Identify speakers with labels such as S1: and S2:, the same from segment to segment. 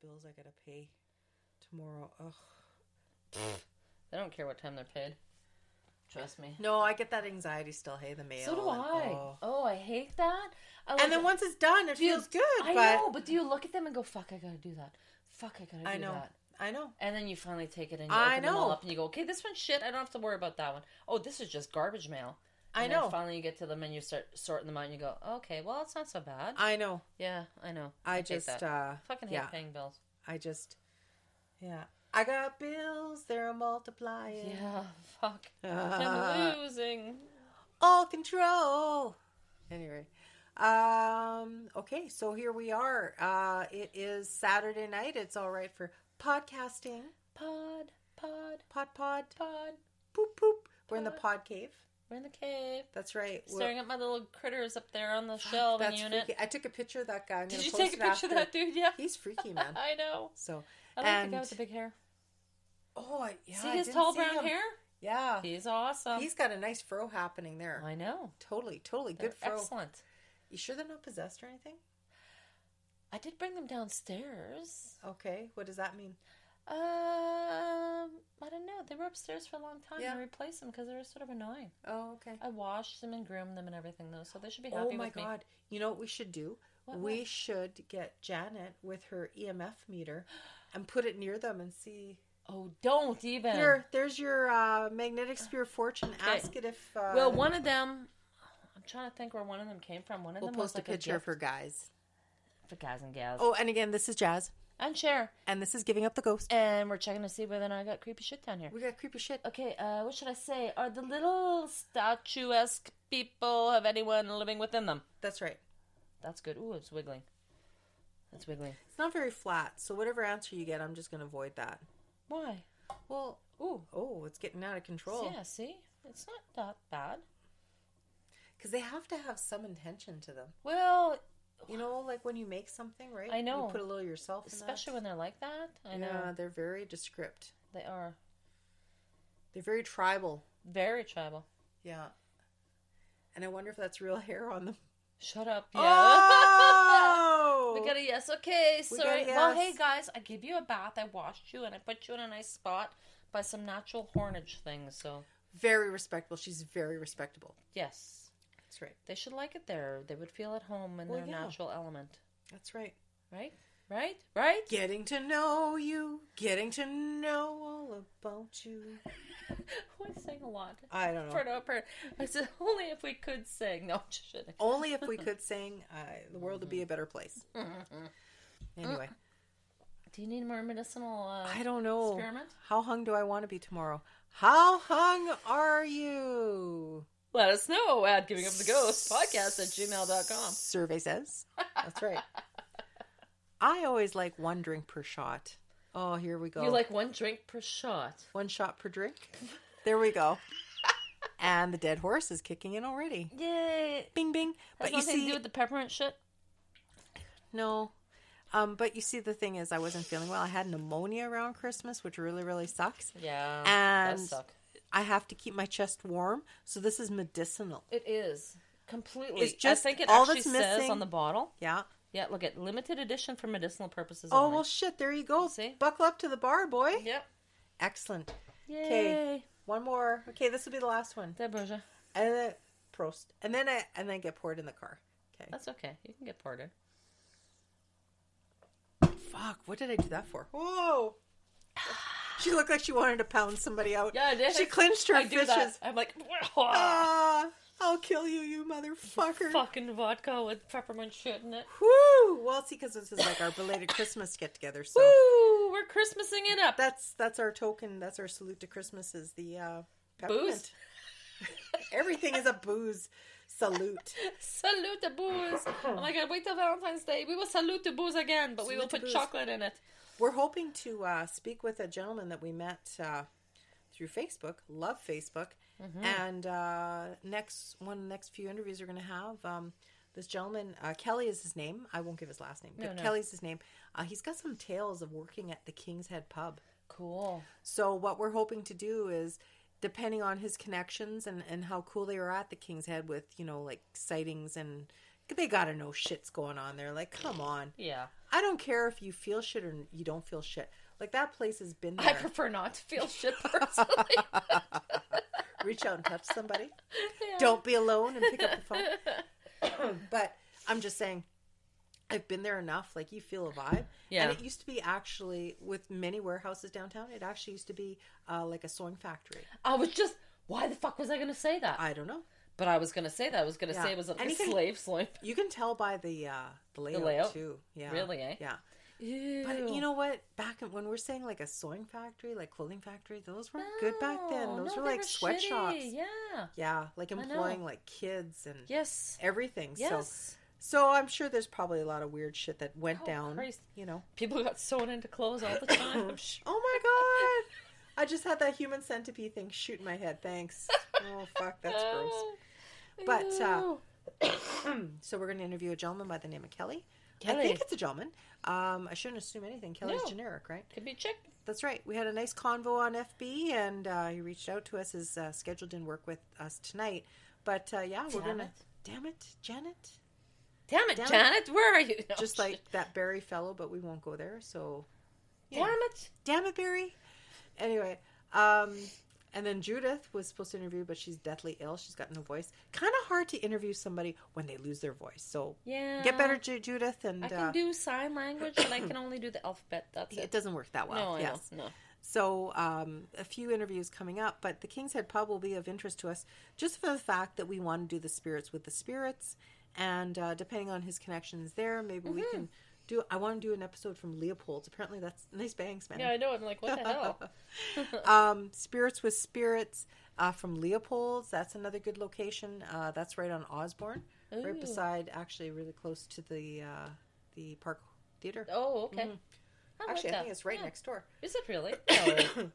S1: bills I gotta pay tomorrow. Ugh.
S2: They don't care what time they're paid. Trust me.
S1: No, Oh, I get that anxiety still. Hey, the mail.
S2: So do
S1: and-
S2: I.
S1: oh.
S2: Oh. I hate that. I like
S1: And then
S2: it.
S1: once it's done, it
S2: Do you-
S1: feels good.
S2: I
S1: but
S2: know, but do you look at them and go, "Fuck, I gotta do that. Fuck, I gotta do
S1: I know.
S2: that."
S1: I know.
S2: And then you finally take it and you
S1: I
S2: open them all
S1: know.
S2: up and you go, "Okay, this one's shit. I don't have to worry about that one. Oh, this is just garbage mail."
S1: I
S2: And
S1: know.
S2: Then finally, you get to them and you start sorting them out and you go, "Okay, well, it's not so bad."
S1: I know.
S2: yeah, I know.
S1: I
S2: hate
S1: just,
S2: that.
S1: uh,
S2: fucking hate
S1: yeah.
S2: paying bills.
S1: I just, yeah. I got bills. They're multiplying.
S2: Yeah, fuck. I'm losing.
S1: All control. Anyway. Um, okay, so here we are. Uh, it is Saturday night. It's all right for podcasting.
S2: Pod, pod,
S1: Pod, pod,
S2: pod.
S1: poop, poop. We're in the pod cave.
S2: We're in the cave.
S1: That's right. We're-
S2: Staring at my little critters up there on the shelving
S1: That's
S2: unit.
S1: freaky. I took a picture of that guy. I'm
S2: Did
S1: gonna
S2: you
S1: post
S2: take a
S1: it
S2: picture of
S1: after.
S2: that dude? Yeah.
S1: He's freaky, man.
S2: I know.
S1: So
S2: I like the guy with the big hair.
S1: Oh, I- yeah.
S2: see
S1: I
S2: his
S1: didn't
S2: tall
S1: see
S2: brown
S1: him.
S2: hair?
S1: Yeah,
S2: He's awesome.
S1: he's got a nice fro happening there.
S2: I know.
S1: Totally, totally
S2: They're
S1: good fro.
S2: Excellent.
S1: You sure they're not possessed or anything?
S2: I did bring them downstairs.
S1: Okay, what does that mean?
S2: Um, I don't know. They were upstairs for a long time.
S1: Yeah.
S2: I replaced them because they were sort of annoying.
S1: Oh, okay.
S2: I washed them and groomed them and everything though, so they should be happy
S1: Oh my
S2: with me.
S1: God! You know what we should do?
S2: What,
S1: we
S2: what?
S1: should get Janet with her EMF meter and put it near them and see.
S2: Oh, don't even.
S1: Here, there's your uh, magnetic sphere fortune.
S2: Okay.
S1: Ask it if. Uh,
S2: Well, one of them. I'm trying to think where one of them came from. One of
S1: We'll
S2: them was
S1: post
S2: like
S1: a picture of
S2: gift
S1: her guys.
S2: for guys and gals.
S1: Oh, and again, this is Jazz,
S2: and share.
S1: and this is giving up the ghost.
S2: And we're checking to see whether or not I got creepy shit down here.
S1: We got creepy shit. Oh,
S2: Okay, uh, what should I say? Are the little statuesque people have anyone living within them?
S1: That's right.
S2: That's good. Ooh, it's wiggling. It's wiggling.
S1: It's not very flat, so whatever answer you get, I'm just going to avoid that.
S2: Why?
S1: Well,
S2: Ooh.
S1: oh, it's getting out of control.
S2: Yeah, see? It's not that bad.
S1: Because they have to have some intention to them.
S2: Well,
S1: You know, like when you make something, right?
S2: I know.
S1: You put a little yourself in
S2: especially
S1: that.
S2: when they're like that. I
S1: Yeah,
S2: know.
S1: they're very descript.
S2: They are
S1: They're very tribal.
S2: very tribal.
S1: Yeah. And I wonder if that's real hair on them.
S2: Shut up. Yeah.
S1: Oh!
S2: We got a yes. Okay,
S1: We got
S2: sorry.
S1: a
S2: Well, hey
S1: yes.
S2: guys, I gave you a bath. I washed you and I put you in a nice spot by some natural hornage things. So,
S1: Very respectable. She's very respectable.
S2: yes,
S1: That's right.
S2: they should like it there. They would feel at home in
S1: Well,
S2: their
S1: yeah.
S2: natural element.
S1: That's right.
S2: Right? Right? Right?
S1: Getting to know you, getting to know all about you.
S2: We sing a lot.
S1: I don't know.
S2: For no per- I said only if we could sing. No, I'm just kidding.
S1: Only if we could sing, uh, the world would be a better place. Anyway,
S2: Do you need more medicinal? Uh,
S1: I don't know.
S2: Experiment?
S1: How hung do I want to be tomorrow? How hung are you?
S2: Let us know at giving up the ghost podcast at gmail.com.
S1: Survey says. That's right. I always like one drink per shot. Oh, here we go.
S2: You like one drink per shot.
S1: one shot per drink? There we go. and the dead horse is kicking in already.
S2: Yay.
S1: Bing, bing.
S2: Has
S1: but you
S2: nothing to
S1: see,
S2: do with the peppermint shit?
S1: No. Um, but you see, the thing is, I wasn't feeling well. I had pneumonia around Christmas, which really, really sucks.
S2: Yeah.
S1: And
S2: does suck.
S1: I have to keep my chest warm, so this is medicinal.
S2: It is. Completely.
S1: It's just
S2: I think it
S1: all
S2: actually
S1: that's
S2: says
S1: missing-
S2: on the bottle.
S1: Yeah.
S2: Yeah, look at limited edition for medicinal purposes.
S1: Oh
S2: only.
S1: well, shit. There you go.
S2: See?
S1: Buckle up to the bar, boy.
S2: Yep.
S1: Excellent. Okay.
S2: Yay.
S1: One more. Okay, this will be the last one.
S2: That Borgia.
S1: And then prost. And then I and then get poured in the car. Okay.
S2: That's okay. You can get parted.
S1: Fuck. What did I do that for? Whoa. She looked like she wanted to pound somebody out.
S2: Yeah, I did.
S1: She clenched her
S2: I do
S1: fishes.
S2: that. I'm like, "Wah,
S1: Ah, I'll kill you, you motherfucker.
S2: fucking vodka with peppermint shit in it.
S1: Woo! Well, see, because this is like our belated Christmas get together, so
S2: Woo! We're Christmasing it up.
S1: that's that's our token. That's our salute to Christmas is the uh, peppermint. Everything is a booze salute.
S2: Salute the booze. Oh my god, wait till Valentine's Day. We will salute the booze again, but we will
S1: Salute the
S2: put
S1: booze.
S2: chocolate in it.
S1: We're hoping to uh, speak with a gentleman that we met uh, through Facebook. Love Facebook,
S2: Mm-hmm.
S1: and uh, next one, of the next few interviews we're going to have. Um, this gentleman, uh, Kelly is his name. I won't give his last name, but
S2: no.
S1: Kelly's his name. Uh, he's got some tales of working at the King's Head Pub.
S2: Cool.
S1: So what we're hoping to do is depending on his connections and, and how cool they are at the King's Head with, you know, like sightings and they gotta know shit's going on there. Like, come on.
S2: Yeah.
S1: I don't care if you feel shit or you don't feel shit. Like that place has been there.
S2: I prefer not to feel shit personally.
S1: Reach out and touch somebody. Don't be alone and pick up the phone. but I'm just saying I've been there enough. Like you feel a vibe.
S2: Yeah.
S1: And it used to be actually with many warehouses downtown. It actually used to be uh, like a sewing factory.
S2: I was just, why the fuck was I going to say that?
S1: I don't know.
S2: but I was going to say that. I was going to
S1: Yeah.
S2: say it was like a
S1: Anything-
S2: slave slave.
S1: You can tell by the uh, the layout,
S2: layout?
S1: too. Yeah,
S2: Really, eh?
S1: Yeah. But you know what? Back in, when we're saying like a sewing factory, like clothing factory, those weren't good back then.
S2: No,
S1: Those
S2: Oh, no,
S1: were
S2: they
S1: like sweatshops.
S2: shitty. Yeah.
S1: Yeah, like
S2: know.
S1: employing like kids and
S2: Yes.
S1: everything.
S2: Yes.
S1: So, so I'm sure there's probably a lot of weird shit that went
S2: Oh,
S1: down.
S2: Christ.
S1: You know.
S2: People got sewn into clothes all the time. I'm sure.
S1: Oh my god! I just had that human centipede thing shoot in my head. Thanks. oh fuck, that's gross. But uh, so we're going to interview a gentleman by the name of Kelly. I
S2: Kelly.
S1: think it's a gentleman. Um, I shouldn't assume anything. Kelly's
S2: No.
S1: generic, right?
S2: Could be a chick.
S1: That's right. We had a nice convo on FB, and uh, he reached out to us. His uh, schedule didn't work with us tonight, but uh, yeah, we're
S2: Damn
S1: gonna.
S2: it.
S1: Damn it, Janet!
S2: Damn it,
S1: Damn it.
S2: Janet, where are you? No,
S1: Just
S2: I'm
S1: like that Barry fellow, but we won't go there. So
S2: Damn it.
S1: damn it, Barry. Anyway, um, and then Judith was supposed to interview, but she's deathly ill. She's got no voice. Kind of hard to interview somebody when they lose their voice. So
S2: Yeah.
S1: get better, Ju- Judith, and
S2: I
S1: uh,
S2: can do sign language and I can only do the alphabet. That's it.
S1: it doesn't work that well.
S2: no, I
S1: yes.
S2: know. No.
S1: So, um, a few interviews coming up, but the King's Head Pub will be of interest to us just for the fact that we want to do the spirits with the spirits. And uh, depending on his connections there, maybe we can
S2: Mm-hmm.
S1: do. I want to do an episode from Leopold's. Apparently, that's nice bangs, man.
S2: Yeah, I know. I'm like, what the hell?
S1: Mm-hmm. Um, spirits with Spirits uh, from Leopold's. That's another good location. Uh, that's right on Osborne, right beside, actually, really close to the uh, the Park Theater.
S2: Oh, okay. I like
S1: actually, I
S2: that.
S1: think it's right
S2: Yeah.
S1: next door.
S2: Is it really? No.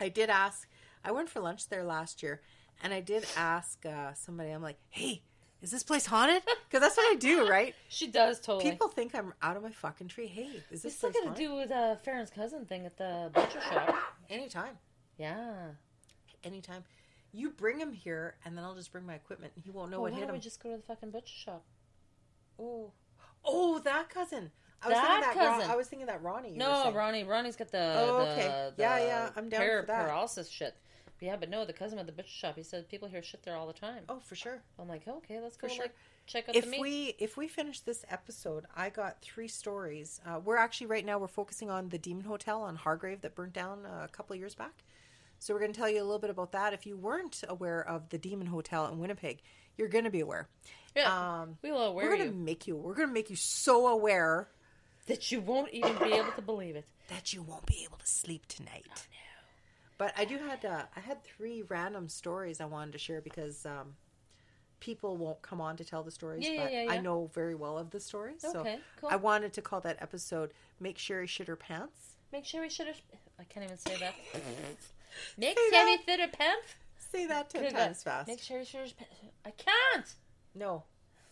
S1: I did ask. I went for lunch there last year, and I did ask uh, somebody. I'm like, "Hey, is this place haunted?" Because that's what I do, right?
S2: she does totally.
S1: People think I'm out of my fucking tree. Hey, is
S2: we
S1: this
S2: still
S1: place
S2: got to
S1: haunted?
S2: do with uh, Farron's cousin thing at the butcher shop.
S1: Anytime,
S2: Yeah.
S1: anytime. You bring him here, and then I'll just bring my equipment. and He won't know
S2: Well,
S1: what
S2: why
S1: hit
S2: don't
S1: him.
S2: we just go to the fucking butcher shop?
S1: Oh, oh, that cousin. I was
S2: That
S1: thinking that Ron-
S2: cousin.
S1: I was thinking that Ronnie. you were
S2: No,
S1: saying.
S2: Ronnie. Ronnie's got the.
S1: Oh,
S2: the-
S1: okay.
S2: the
S1: Yeah, yeah, I'm down for that.
S2: Paralysis shit. Yeah, but no, the cousin at the butcher shop. He said people hear shit there all the time.
S1: Oh, for sure.
S2: I'm like, okay, let's go
S1: For sure.
S2: like check out the
S1: if
S2: meat.
S1: we if we finish this episode i got three stories uh, we're actually right now we're focusing on the demon hotel on hargrave that burnt down uh, a couple of years back so we're going to tell you a little bit about that if you weren't aware of the demon hotel in winnipeg you're going to be aware Um,
S2: yeah, we will aware
S1: we're going
S2: you.
S1: to make you we're going to make you so aware
S2: that you won't even be able to believe it.
S1: that you won't be able to sleep tonight. But I do had uh, I had three random stories I wanted to share because um, people won't come on to tell the stories,
S2: Yeah, yeah,
S1: but
S2: yeah,
S1: I
S2: yeah.
S1: know very well of the stories. so
S2: Okay, cool.
S1: I wanted to call that episode "Make Sherry Shit Her Pants."
S2: Make sure we should have. I can't even say that. Make sure we should have pants.
S1: Say that ten times fast.
S2: Make sure we should have pants. I can't
S1: No,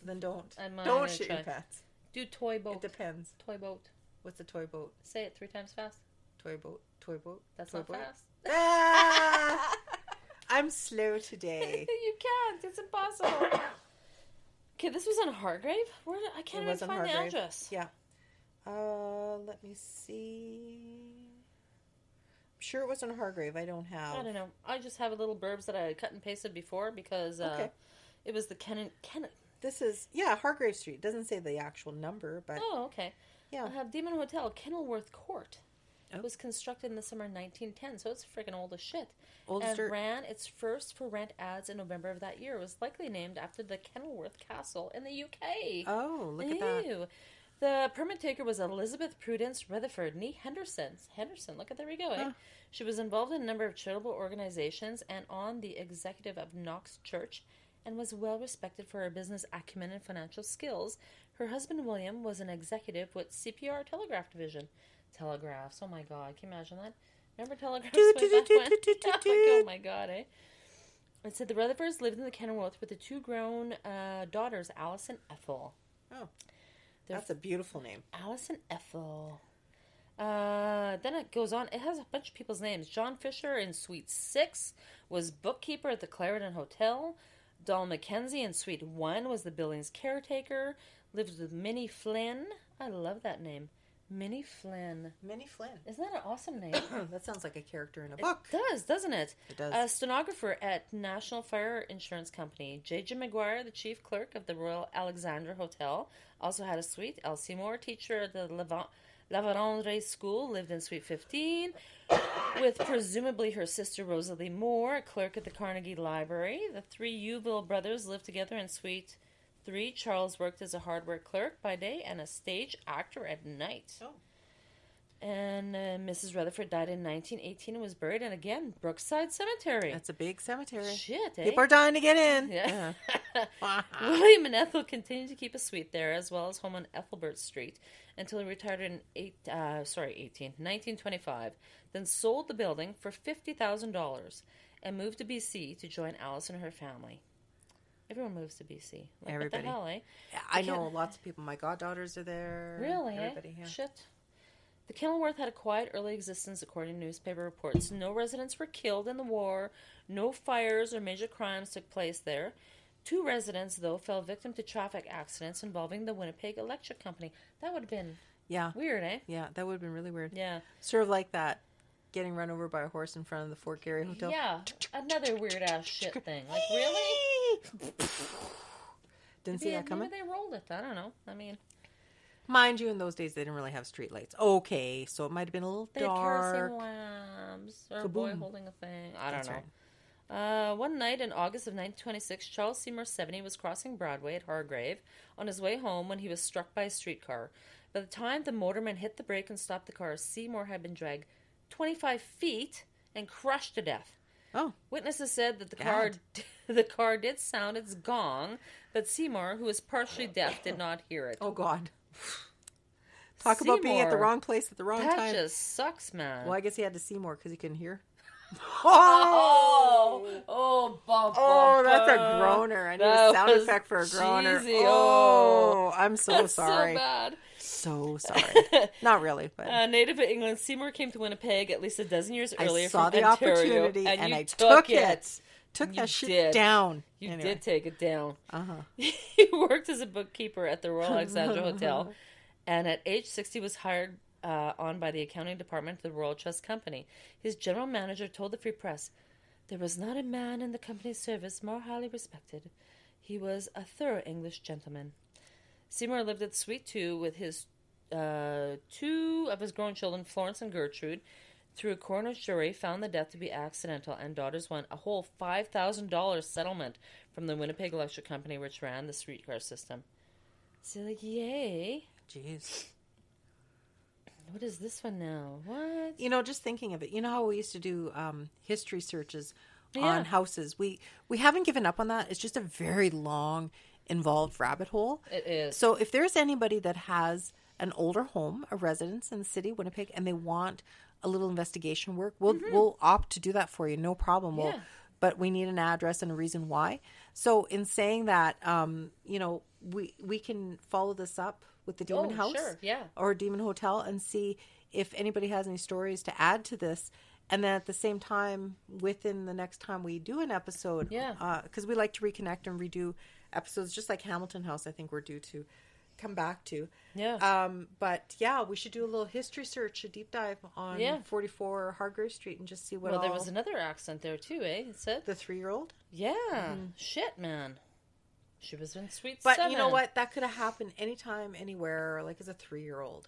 S1: then don't.
S2: I'm, uh,
S1: don't
S2: gonna
S1: shit your
S2: try.
S1: pants.
S2: do toy boat.
S1: It depends.
S2: Toy boat.
S1: What's a toy boat?
S2: Say it three times fast.
S1: Toy boat. Toy boat.
S2: That's
S1: toy
S2: not
S1: boat.
S2: fast.
S1: Ah! I'm slow today.
S2: you can't. It's impossible. Okay, this was on Hargrave. Where did, I can't
S1: It
S2: even
S1: was on
S2: find the
S1: Hargrave.
S2: address.
S1: Yeah. Uh, let me see. I'm sure it was on Hargrave. I don't have.
S2: I don't know. I just have a little burbs that I had cut and pasted before because uh,
S1: Okay.
S2: it was the Kenan. Kenan.
S1: This is yeah Hargrave Street. Doesn't say the actual number, but
S2: Oh, okay.
S1: yeah. Oh.
S2: I have Demon Hotel, Kenilworth Court. It was constructed in the summer 1910, so it's freaking old as shit.
S1: Old as
S2: and
S1: dirt.
S2: ran its first for rent ads in November of that year. It was likely named after the Kenilworth Castle in the UK.
S1: Oh, look at that.
S2: Ew. The permit taker was Elizabeth Prudence Rutherford Nee Henderson. Henderson, look at there we go. Eh? She was involved in a number of charitable organizations and on the executive of Knox Church and was well respected for her business acumen and financial skills. Her husband William was an executive with CPR Telegraph Division. Telegraphs, oh my god, can you imagine that? Remember telegraphs?
S1: Do,
S2: way
S1: do, do,
S2: back
S1: do,
S2: when?
S1: do, do, do,
S2: Like,
S1: do.
S2: oh my god, eh? It said the Rutherfords lived in the Kenilworth with the two grown uh, daughters, Alice and Ethel.
S1: Oh, that's a beautiful name.
S2: Allison Ethel. Uh, then it goes on. It has a bunch of people's names. John Fisher in Suite 6 was bookkeeper at the Clarendon Hotel. Doll McKenzie in Suite 1 was the building's caretaker. Lived with Minnie Flynn. I love that name. Minnie Flynn.
S1: Minnie Flynn.
S2: Isn't that an awesome name?
S1: that sounds like a character in a book.
S2: Hmm. It does, doesn't it?
S1: It does.
S2: A stenographer at National Fire Insurance Company, J.J. McGuire, the chief clerk of the Royal Alexandra Hotel, also had a suite. Elsie Moore, teacher at the Levant. Lavarandre School lived in Suite 15 with presumably her sister Rosalie Moore, a clerk at the Carnegie Library. The three Uville brothers lived together in Suite 3. Charles worked as a hardware clerk by day and a stage actor at night.
S1: Oh.
S2: And uh, Mrs. Rutherford died in 1918 and was buried in, again, Brookside Cemetery.
S1: That's a big cemetery.
S2: Shit, eh?
S1: People are dying to get in.
S2: Yeah.
S1: Yeah.
S2: William and Ethel continued to keep a suite there, as well as home on Ethelbert Street, until he retired in eight, uh, sorry, 18, 1925, then sold the building for $50,000 and moved to BC to join Alice and her family. Everyone moves to BC. Like,
S1: Everybody.
S2: What the hell, eh?
S1: I know lots of people. My goddaughters are there.
S2: Really? eh?
S1: Everybody. Yeah.
S2: Shit. The Kenilworth had a quiet early existence, according to newspaper reports. No residents were killed in the war. No fires or major crimes took place there. Two residents, though, fell victim to traffic accidents involving the Winnipeg Electric Company. That would have been
S1: Yeah.
S2: weird, eh?
S1: Yeah, that would have been really weird.
S2: Yeah.
S1: Sort of like that getting run over by a horse in front of the Fort Garry Hotel.
S2: Yeah. Another weird ass shit thing. Like, really?
S1: Didn't see
S2: Yeah,
S1: that coming.
S2: Maybe they rolled it. I don't know. I mean,
S1: Mind you, in those days, they didn't really have street lights. Okay, so it might have been a little
S2: they had
S1: dark.
S2: kerosene lamps or a boy
S1: Kaboom.
S2: holding a thing. I don't
S1: That's
S2: know.
S1: right.
S2: Uh, one night in August of 1926, Charles Seymour 70 was crossing Broadway at Hargrave on his way home when he was struck by a streetcar. By the time the motorman hit the brake and stopped the car, Seymour had been dragged 25 feet and crushed to death.
S1: Oh,
S2: Witnesses said that the car the car did sound its gong, but Seymour, who was partially deaf, did not hear it.
S1: oh God. Talk about being at the
S2: Seymour.
S1: wrong place at the wrong
S2: that
S1: time.
S2: just sucks, man.
S1: Well, I guess he had to see more because he couldn't hear. oh,
S2: Oh, bum,
S1: oh, that's a groaner. I need a
S2: That
S1: sound
S2: was
S1: effect for a groaner.
S2: cheesy.
S1: Oh, I'm so sorry.
S2: So bad.
S1: So sorry. Not really, but
S2: A Uh, native of England, Seymour came to Winnipeg at least a dozen years
S1: I
S2: earlier.
S1: saw
S2: from
S1: the
S2: Ontario,
S1: opportunity and,
S2: you
S1: I took it. Took
S2: You
S1: that shit
S2: did.
S1: down.
S2: You
S1: Anyway.
S2: did take it down. Uh-huh. he worked as a bookkeeper at the Royal Alexandra Hotel, and at age sixty was hired uh, on by the accounting department of the Royal Trust Company. His general manager told the Free Press, "There was not a man in the company's service more highly respected. He was a thorough English gentleman." Seymour lived at Suite 2 with his uh, two of his grown children, Florence and Gertrude. Through a coroner's jury, found the death to be accidental, and daughters won a whole five thousand dollars settlement from the Winnipeg Electric Company, which ran the streetcar system. So, like, yay!
S1: Jeez.
S2: What is this one now? What?
S1: You know, just thinking of it, you know how we used to do um, history searches on houses. We we haven't given up on that. It's just a very long, involved rabbit hole.
S2: It is.
S1: So if there's anybody that has an older home, a residence in the city, Winnipeg, and they want a little investigation work, we'll
S2: Mm-hmm.
S1: we'll opt to do that for you. No problem. We'll, But we need an address and a reason why. So in saying that, um, you know, we we can follow this up with the Demon
S2: Oh,
S1: House
S2: sure, yeah.
S1: or Demon Hotel and see if anybody has any stories to add to this. And then at the same time, within the next time we do an episode,
S2: Yeah.
S1: because we like to reconnect and redo episodes, just like Hamilton House. I think we're due to come back to.
S2: Yeah.
S1: Um, but yeah, we should do a little history search, a deep dive on
S2: Yeah.
S1: 44 Hargrave Street, and just see what.
S2: well, there
S1: all-
S2: was another accent there too, eh? It said.
S1: the three-year-old.
S2: Yeah. Shit, man. She was in Sweet
S1: But
S2: Seven.
S1: you know what? That could have happened anytime, anywhere. Like as a three-year-old.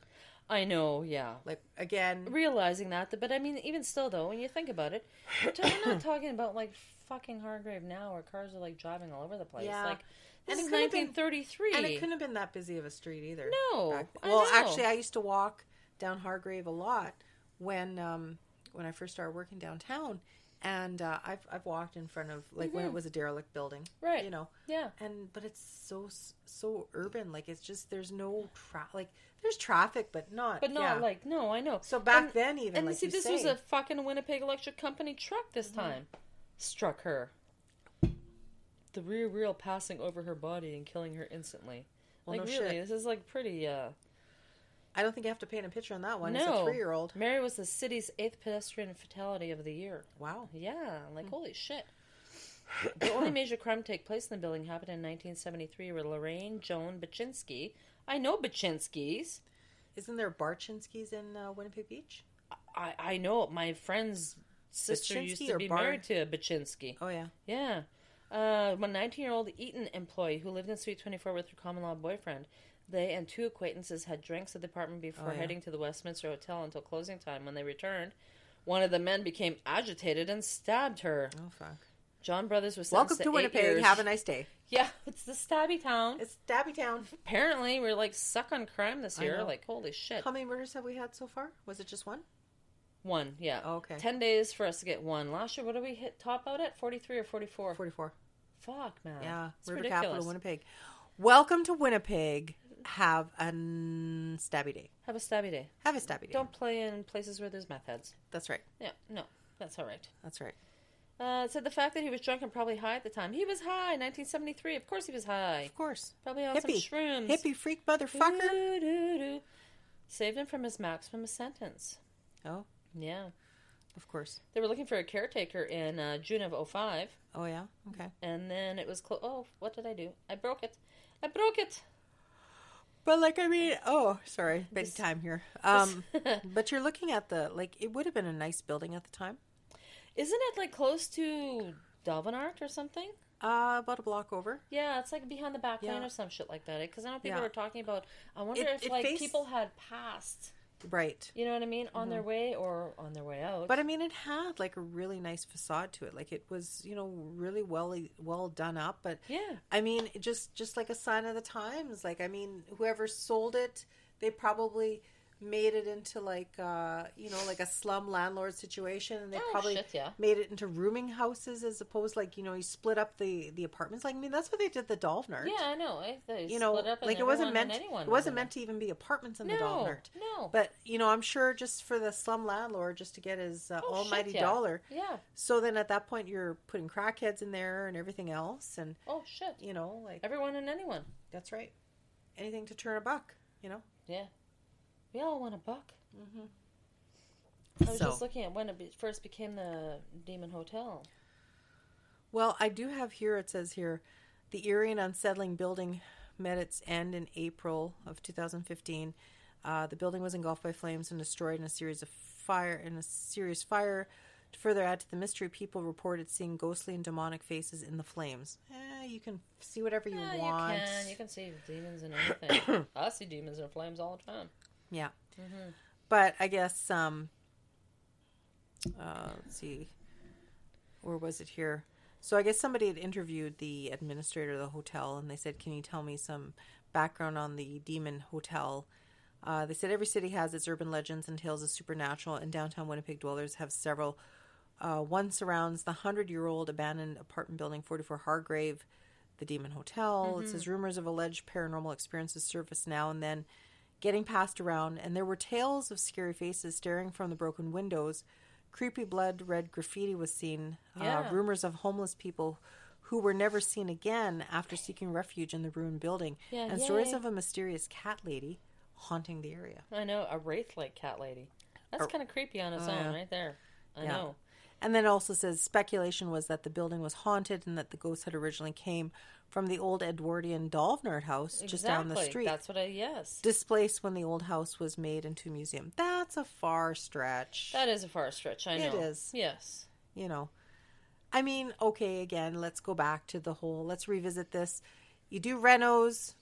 S2: I know. Yeah.
S1: Like again,
S2: Realizing that, but I mean, even still, though, when you think about it, we're, t- we're not talking about like fucking Hargrave now, where cars are like driving all over the place.
S1: Yeah.
S2: Like this
S1: And it
S2: is
S1: couldn't have been-
S2: 1933.
S1: And it couldn't have been that busy of a street either.
S2: No, I
S1: well,
S2: know.
S1: actually, I used to walk down Hargrave a lot when um, when I first started working downtown, and uh, I've I've walked in front of like when it was a derelict building,
S2: Mm-hmm. Right.
S1: You know,
S2: Yeah.
S1: And but it's so s- so urban, like it's just there's no tra- like there's traffic, but not
S2: But not
S1: yeah.
S2: like no, I know.
S1: So back then even,
S2: and
S1: like
S2: see,
S1: you
S2: this was
S1: say- Mm-hmm.
S2: a fucking Winnipeg Electric Company truck this time. Struck her. The rear wheel passing over her body and killing her instantly.
S1: Well,
S2: like
S1: no
S2: really,
S1: shit.
S2: this is like pretty. uh
S1: I don't think you have to paint a picture on that one. It's
S2: No,
S1: a three year old.
S2: Mary was the city's eighth pedestrian fatality of the year.
S1: Wow.
S2: Yeah,
S1: Hmm.
S2: like holy shit. the only major crime to take place in the building happened in 1973, where Lorraine Joan Baczynski. I know Baczynskis.
S1: Isn't there Barchinskis in uh, Winnipeg Beach?
S2: I, I know my friend's sister used
S1: Baczynski
S2: to
S1: or
S2: be
S1: Bar-
S2: married to a Baczynski.
S1: Oh yeah.
S2: Yeah. Uh, a 19 year old Eaton employee who lived in Suite 24 with her common law boyfriend. They and two acquaintances had drinks at the apartment
S1: Oh,
S2: before heading to the Westminster Hotel until closing time. When they returned, one of the men became agitated and stabbed her.
S1: Oh fuck.
S2: John Brothers was sentenced
S1: Welcome to
S2: eight
S1: Winnipeg.
S2: years.
S1: Have a nice day.
S2: Yeah, it's the stabby town.
S1: It's Dabby Town.
S2: Apparently, we're like suck on crime this year.
S1: know.
S2: Like, holy shit.
S1: How many murders have we had so far? Was it just one?
S2: One, yeah.
S1: Oh, okay.
S2: Ten days for us to get one. Last year, what did we hit top out at? Forty three or forty four?
S1: 44.
S2: Fuck, man.
S1: Yeah,
S2: it's
S1: River
S2: ridiculous.
S1: Capital, Winnipeg. Welcome to Winnipeg. Have a n- stabby day.
S2: Have a stabby day.
S1: Have a stabby day.
S2: Don't play in places where there's meth heads.
S1: That's right.
S2: Yeah, no, that's all right.
S1: That's right.
S2: Uh, it said the fact that he was drunk and probably high at the time. He was high, 1973. Of course, he was high.
S1: Of course.
S2: Probably on some
S1: Hippie.
S2: shrooms.
S1: Hippie freak motherfucker.
S2: Doo, doo, doo. Saved him from his maximum sentence.
S1: Oh,
S2: Yeah,
S1: of course.
S2: they were looking for a caretaker in uh, June of 05.
S1: Oh, yeah. Okay.
S2: and then it was close. Oh, what did I do? I broke it. I broke it.
S1: But, like, I mean, oh, sorry. Big time here. Um, but you're looking at the, like, it would have been a nice building at the time.
S2: Isn't it like close to Dalvenart or something?
S1: Uh, about a block over.
S2: Yeah, it's like behind the back lane
S1: Yeah.
S2: or some shit like that. Because I know people
S1: Yeah.
S2: were talking about. I wonder
S1: It-
S2: if
S1: it
S2: like
S1: faced-
S2: people had passed.
S1: Right.
S2: You know what I mean? On their way or on their way out.
S1: Mm-hmm. But I mean, it had like a really nice facade to it. Like it was, you know, really well well done up. But
S2: Yeah.
S1: I mean, it just just like a sign of the times. Like I mean, whoever sold it, they probably made it into like uh you know like a slum landlord situation and they
S2: Oh,
S1: probably
S2: shit, yeah.
S1: made it into rooming houses as opposed like you know you split up the the apartments like i mean that's what they did the dolphin
S2: yeah, I know. I, they
S1: you know,
S2: split up and
S1: like it wasn't
S2: everyone and
S1: meant.
S2: anyone
S1: It
S2: was in
S1: wasn't meant to even be apartments in the
S2: No,
S1: Dolnart.
S2: no.
S1: But you know, I'm sure just for the slum landlord, just to get his uh,
S2: Oh, shit,
S1: almighty
S2: yeah.
S1: dollar.
S2: Yeah.
S1: So then at that point, you're putting crackheads in there and everything else, and
S2: Oh shit!
S1: you know, like
S2: Everyone and anyone.
S1: that's right. Anything to turn a buck, you know.
S2: Yeah. We all want a buck. I was
S1: So-
S2: just looking at when it be- first became the Demon Hotel.
S1: Well, I do have here. It says here, the eerie and unsettling building met its end in April of 2015. Uh, the building was engulfed by flames and destroyed in a series of fire in a serious fire. To further add to the mystery, people reported seeing ghostly and demonic faces in the flames. Eh, you can see whatever you
S2: Yeah,
S1: want.
S2: Eh, You can. You can see demons and everything. I see demons and flames all the time.
S1: Yeah. But I guess um uh let's see. Where was it here? So I guess somebody had interviewed the administrator of the hotel and they said, "Can you tell me some background on the Demon Hotel?" Uh, they said every city has its urban legends and tales of supernatural, and downtown Winnipeg dwellers have several. Uh, one surrounds the 100 year old abandoned apartment building 44 Hargrave, the Demon Hotel. It says rumors of alleged paranormal experiences surface now and then, getting passed around, and there were tales of scary faces staring from the broken windows. Creepy blood red graffiti was seen.
S2: Yeah.
S1: Uh, rumors of homeless people who were never seen again after seeking refuge in the ruined building,
S2: Yeah,
S1: and stories
S2: yay.
S1: of a mysterious cat lady haunting the area.
S2: I know a wraith like cat lady. That's kind of creepy on its own, right there. I
S1: Er, oh, Yeah.
S2: know.
S1: And then it also says speculation was that the building was haunted and that the ghost had originally came from the old Edwardian Dolvenard house just down the
S2: Exactly.
S1: street.
S2: That's what I yes.
S1: displaced when the old house was made into a museum. That's a far stretch.
S2: that is a far stretch. I
S1: It
S2: know.
S1: is.
S2: Yes.
S1: you know. I mean, okay, again, let's go back to the whole let's revisit this. You do renos,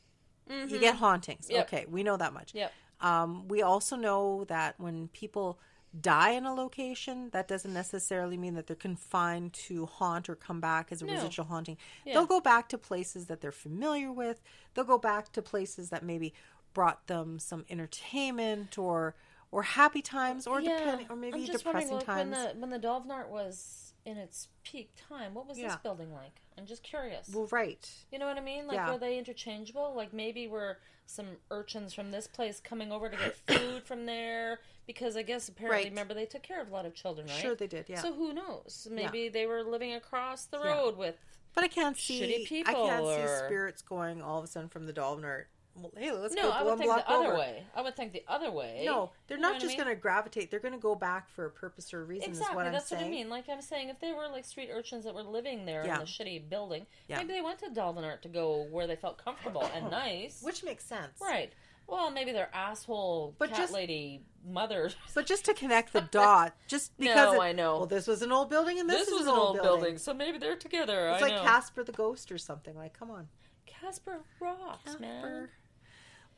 S1: you get hauntings.
S2: Mm-hmm. Yep.
S1: Okay, we know that much.
S2: Yep.
S1: Um, we also know that when people die in a location, that doesn't necessarily mean that they're confined to haunt or come back as a
S2: No.
S1: residual haunting. They'll go back to places that they're familiar with. They'll go back to places that maybe brought them some entertainment or or happy times or depending or maybe
S2: I'm just
S1: depressing
S2: wondering, like,
S1: times.
S2: When the when the Dolvenart was in its peak time, what was this
S1: Yeah.
S2: building like? I'm just curious.
S1: Well, right.
S2: you know what I mean? Like,
S1: yeah.
S2: were they interchangeable? Like, maybe were some urchins from this place coming over to get food from there? Because I guess apparently,
S1: Right.
S2: remember, they took care of a lot of children, right?
S1: Sure they did, yeah.
S2: So who knows? Maybe they were living across the road with.
S1: But I can't
S2: Shitty
S1: see
S2: people
S1: I can't
S2: or-
S1: see spirits going all of a sudden from the Dolvenart. Well, hey, let's
S2: No,
S1: go
S2: I
S1: one
S2: would think
S1: block
S2: the other
S1: over.
S2: way. I would think the other way.
S1: No, they're
S2: You know
S1: not
S2: what I mean?
S1: just going to gravitate. They're going to go back for a purpose or a reason.
S2: Exactly,
S1: is what
S2: that's
S1: I'm
S2: what I
S1: saying.
S2: mean. Like I'm saying, if they were like street urchins that were living there in
S1: Yeah.
S2: the shitty building,
S1: Yeah.
S2: maybe they went to Dalvenart to go where they felt comfortable and nice.
S1: Which makes sense,
S2: right? Well, maybe their asshole
S1: But
S2: cat
S1: just-
S2: lady mother.
S1: But just to connect the dot, just
S2: No,
S1: because it-
S2: I know.
S1: Well, this was an old building, and this,
S2: this
S1: is
S2: was an old building. so maybe they're together.
S1: It's
S2: I
S1: like
S2: know.
S1: Casper the Ghost or something. Like, come on.
S2: Casper rocks, man.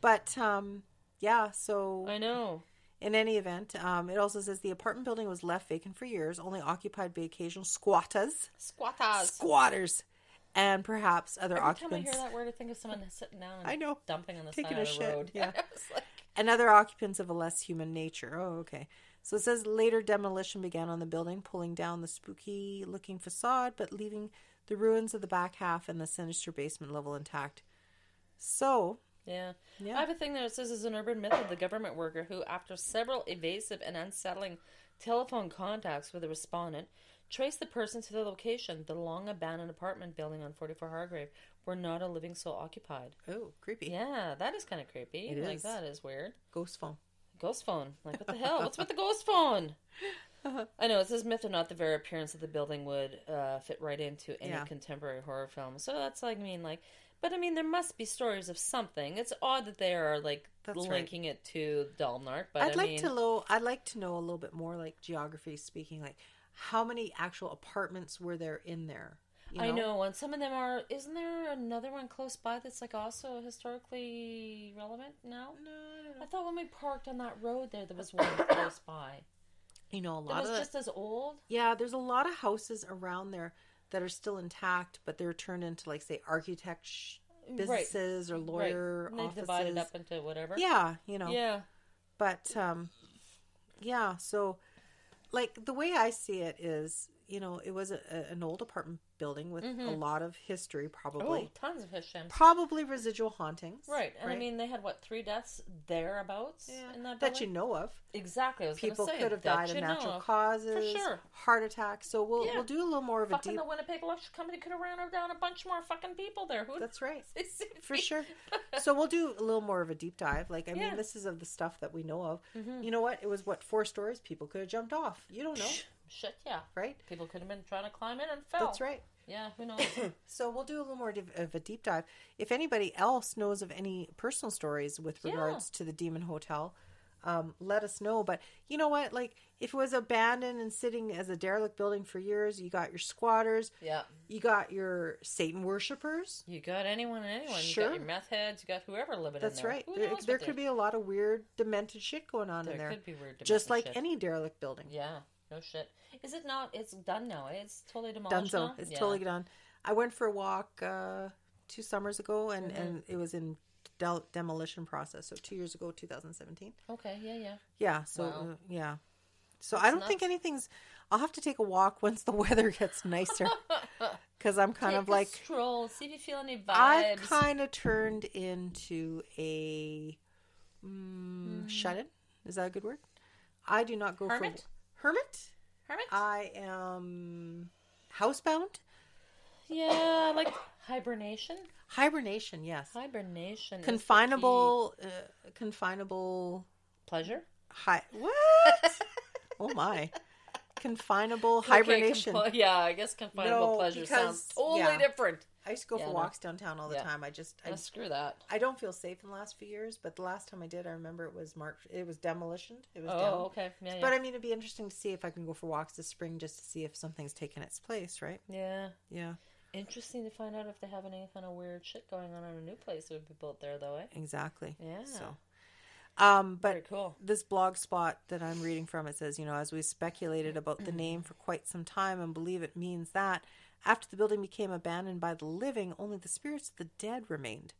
S1: But um, yeah. So
S2: I know.
S1: In any event, um, it also says the apartment building was left vacant for years, only occupied by occasional squatters,
S2: Squatters.
S1: squatters, and perhaps other
S2: Every time I
S1: occupants.
S2: hear that word, I think of someone sitting down and
S1: I know.
S2: dumping on the
S1: Taking
S2: side
S1: a
S2: of the
S1: shit,
S2: road.
S1: yeah.
S2: It's like-
S1: and other occupants of a less human nature. Oh, okay. So it says later demolition began on the building, pulling down the spooky looking facade, but leaving the ruins of the back half and the sinister basement level intact. So,
S2: Yeah. I have a thing that it says is an urban myth of the government worker who, after several evasive and unsettling telephone contacts with the respondent, traced the person to the location, the long abandoned apartment building on 44 Hargrave, where not a living soul occupied.
S1: oh, creepy.
S2: Yeah, that is kind of creepy.
S1: It
S2: like,
S1: is.
S2: that is weird.
S1: Ghost phone.
S2: Ghost phone. Like, what the hell? What's with the ghost phone? I know, it says myth or not, the very appearance of the building would uh, fit right into any
S1: Yeah.
S2: contemporary horror film. So that's like, I mean, like, but I mean, there must be stories of something. It's odd that they are like
S1: That's right.
S2: linking it to Dalnart, but
S1: I'd
S2: I
S1: like
S2: mean,
S1: to know. I'd like to know a little bit more, like geography speaking, like how many actual apartments were there in there? you
S2: I know, and some of them are. Isn't there another one close by that's like also historically relevant now? No, I, thought when we parked on that road there, there was one close by.
S1: You know a
S2: That
S1: lot
S2: was
S1: of
S2: just as old.
S1: yeah. There's a lot of houses around there that are still intact, but they're turned into like say architect sh- businesses or lawyer
S2: Right.
S1: offices.
S2: They divided up into whatever.
S1: yeah, you know.
S2: Yeah.
S1: But um, yeah. So, like the way I see it is, you know, it was a, a, an old apartment building with a lot of history, probably.
S2: Mm-hmm. Oh, tons of fish shrimp.
S1: probably residual hauntings.
S2: Right, and I mean they had what three deaths thereabouts in that building?
S1: you know of.
S2: exactly. I was gonna
S1: People
S2: say,
S1: could have
S2: that
S1: died of
S2: you know
S1: natural
S2: of.
S1: causes,
S2: for sure.
S1: heart attacks. So we'll
S2: Yeah.
S1: we'll do a little more of a
S2: Fucking
S1: deep.
S2: the Winnipeg Electric Company could have ran down a bunch more fucking people there. Who?
S1: That's right,
S2: It seems
S1: for
S2: like-
S1: sure. so we'll do a little more of a deep dive. Like I
S2: Yeah. Mm-hmm.
S1: mean, this is of the stuff that we know of. You know what? It was what four stories. People could have jumped off. You don't know,
S2: Shit, yeah.
S1: right?
S2: People could have been trying to climb in and fell.
S1: That's right.
S2: Yeah, who knows?
S1: So we'll do a little more div- of a deep dive. If anybody else knows of any personal stories with regards to the Demon Hotel, um, let us know. But you know what? Like, if it was abandoned and sitting as a derelict building for years, you got your squatters,
S2: yeah.
S1: you got your Satan worshippers.
S2: You got anyone and anyone. You
S1: Sure.
S2: got your meth heads. You got whoever living
S1: That's
S2: in there.
S1: right.
S2: Who
S1: There,
S2: knows
S1: there
S2: what
S1: could
S2: they-
S1: be a lot of weird, demented shit going on
S2: There
S1: in there.
S2: could be weird
S1: just
S2: demented
S1: like
S2: shit.
S1: any derelict building.
S2: Yeah. No shit. Is it not? It's done now. eh? It's totally demolished.
S1: Dunzo.
S2: now?
S1: It's
S2: Yeah. Mm-hmm.
S1: totally done. I went for a walk uh, two summers ago, and and it was in del- demolition process. So two years ago, 2017.
S2: Okay, yeah, yeah.
S1: Yeah. So uh, yeah. So I don't think anything's. I'll have to take a walk once the weather gets nicer, because I'm kind
S2: Take
S1: of
S2: a
S1: like
S2: stroll, see if you feel any vibes.
S1: I've kind of turned into a mm, shut in. Is that a good word? I do not go
S2: Mm-hmm. Hermit?
S1: for hermit.
S2: Hermit?
S1: I am housebound.
S2: yeah, like hibernation.
S1: Hibernation, yes.
S2: Hibernation. is the
S1: Confinable, uh, confinable.
S2: key. pleasure.
S1: Hi, what? oh my! Confinable hibernation.
S2: Okay, compo- yeah, I guess confinable
S1: No,
S2: pleasure sounds
S1: because-
S2: totally
S1: yeah.
S2: different.
S1: I used to go
S2: Yeah,
S1: for
S2: no.
S1: walks downtown all the
S2: Yeah.
S1: time. I just, I
S2: Yeah, screw that.
S1: I don't feel safe in the last few years, but the last time I did, I remember it was March. It was demolition. It was
S2: Oh,
S1: down.
S2: okay. Yeah,
S1: But
S2: yeah.
S1: I mean, it'd be interesting to see if I can go for walks this spring just to see if something's taken its place, right?
S2: Yeah.
S1: Yeah,
S2: Interesting to find out if they have any kind of weird shit going on in a new place that would be built there, though, eh?
S1: exactly.
S2: Yeah.
S1: So, um,
S2: Very
S1: but
S2: cool.
S1: this blog spot that I'm reading from it says, you know, as we speculated about the
S2: Mm-hmm.
S1: name for quite some time and believe it means that after the building became abandoned by the living, only the spirits of the dead remained.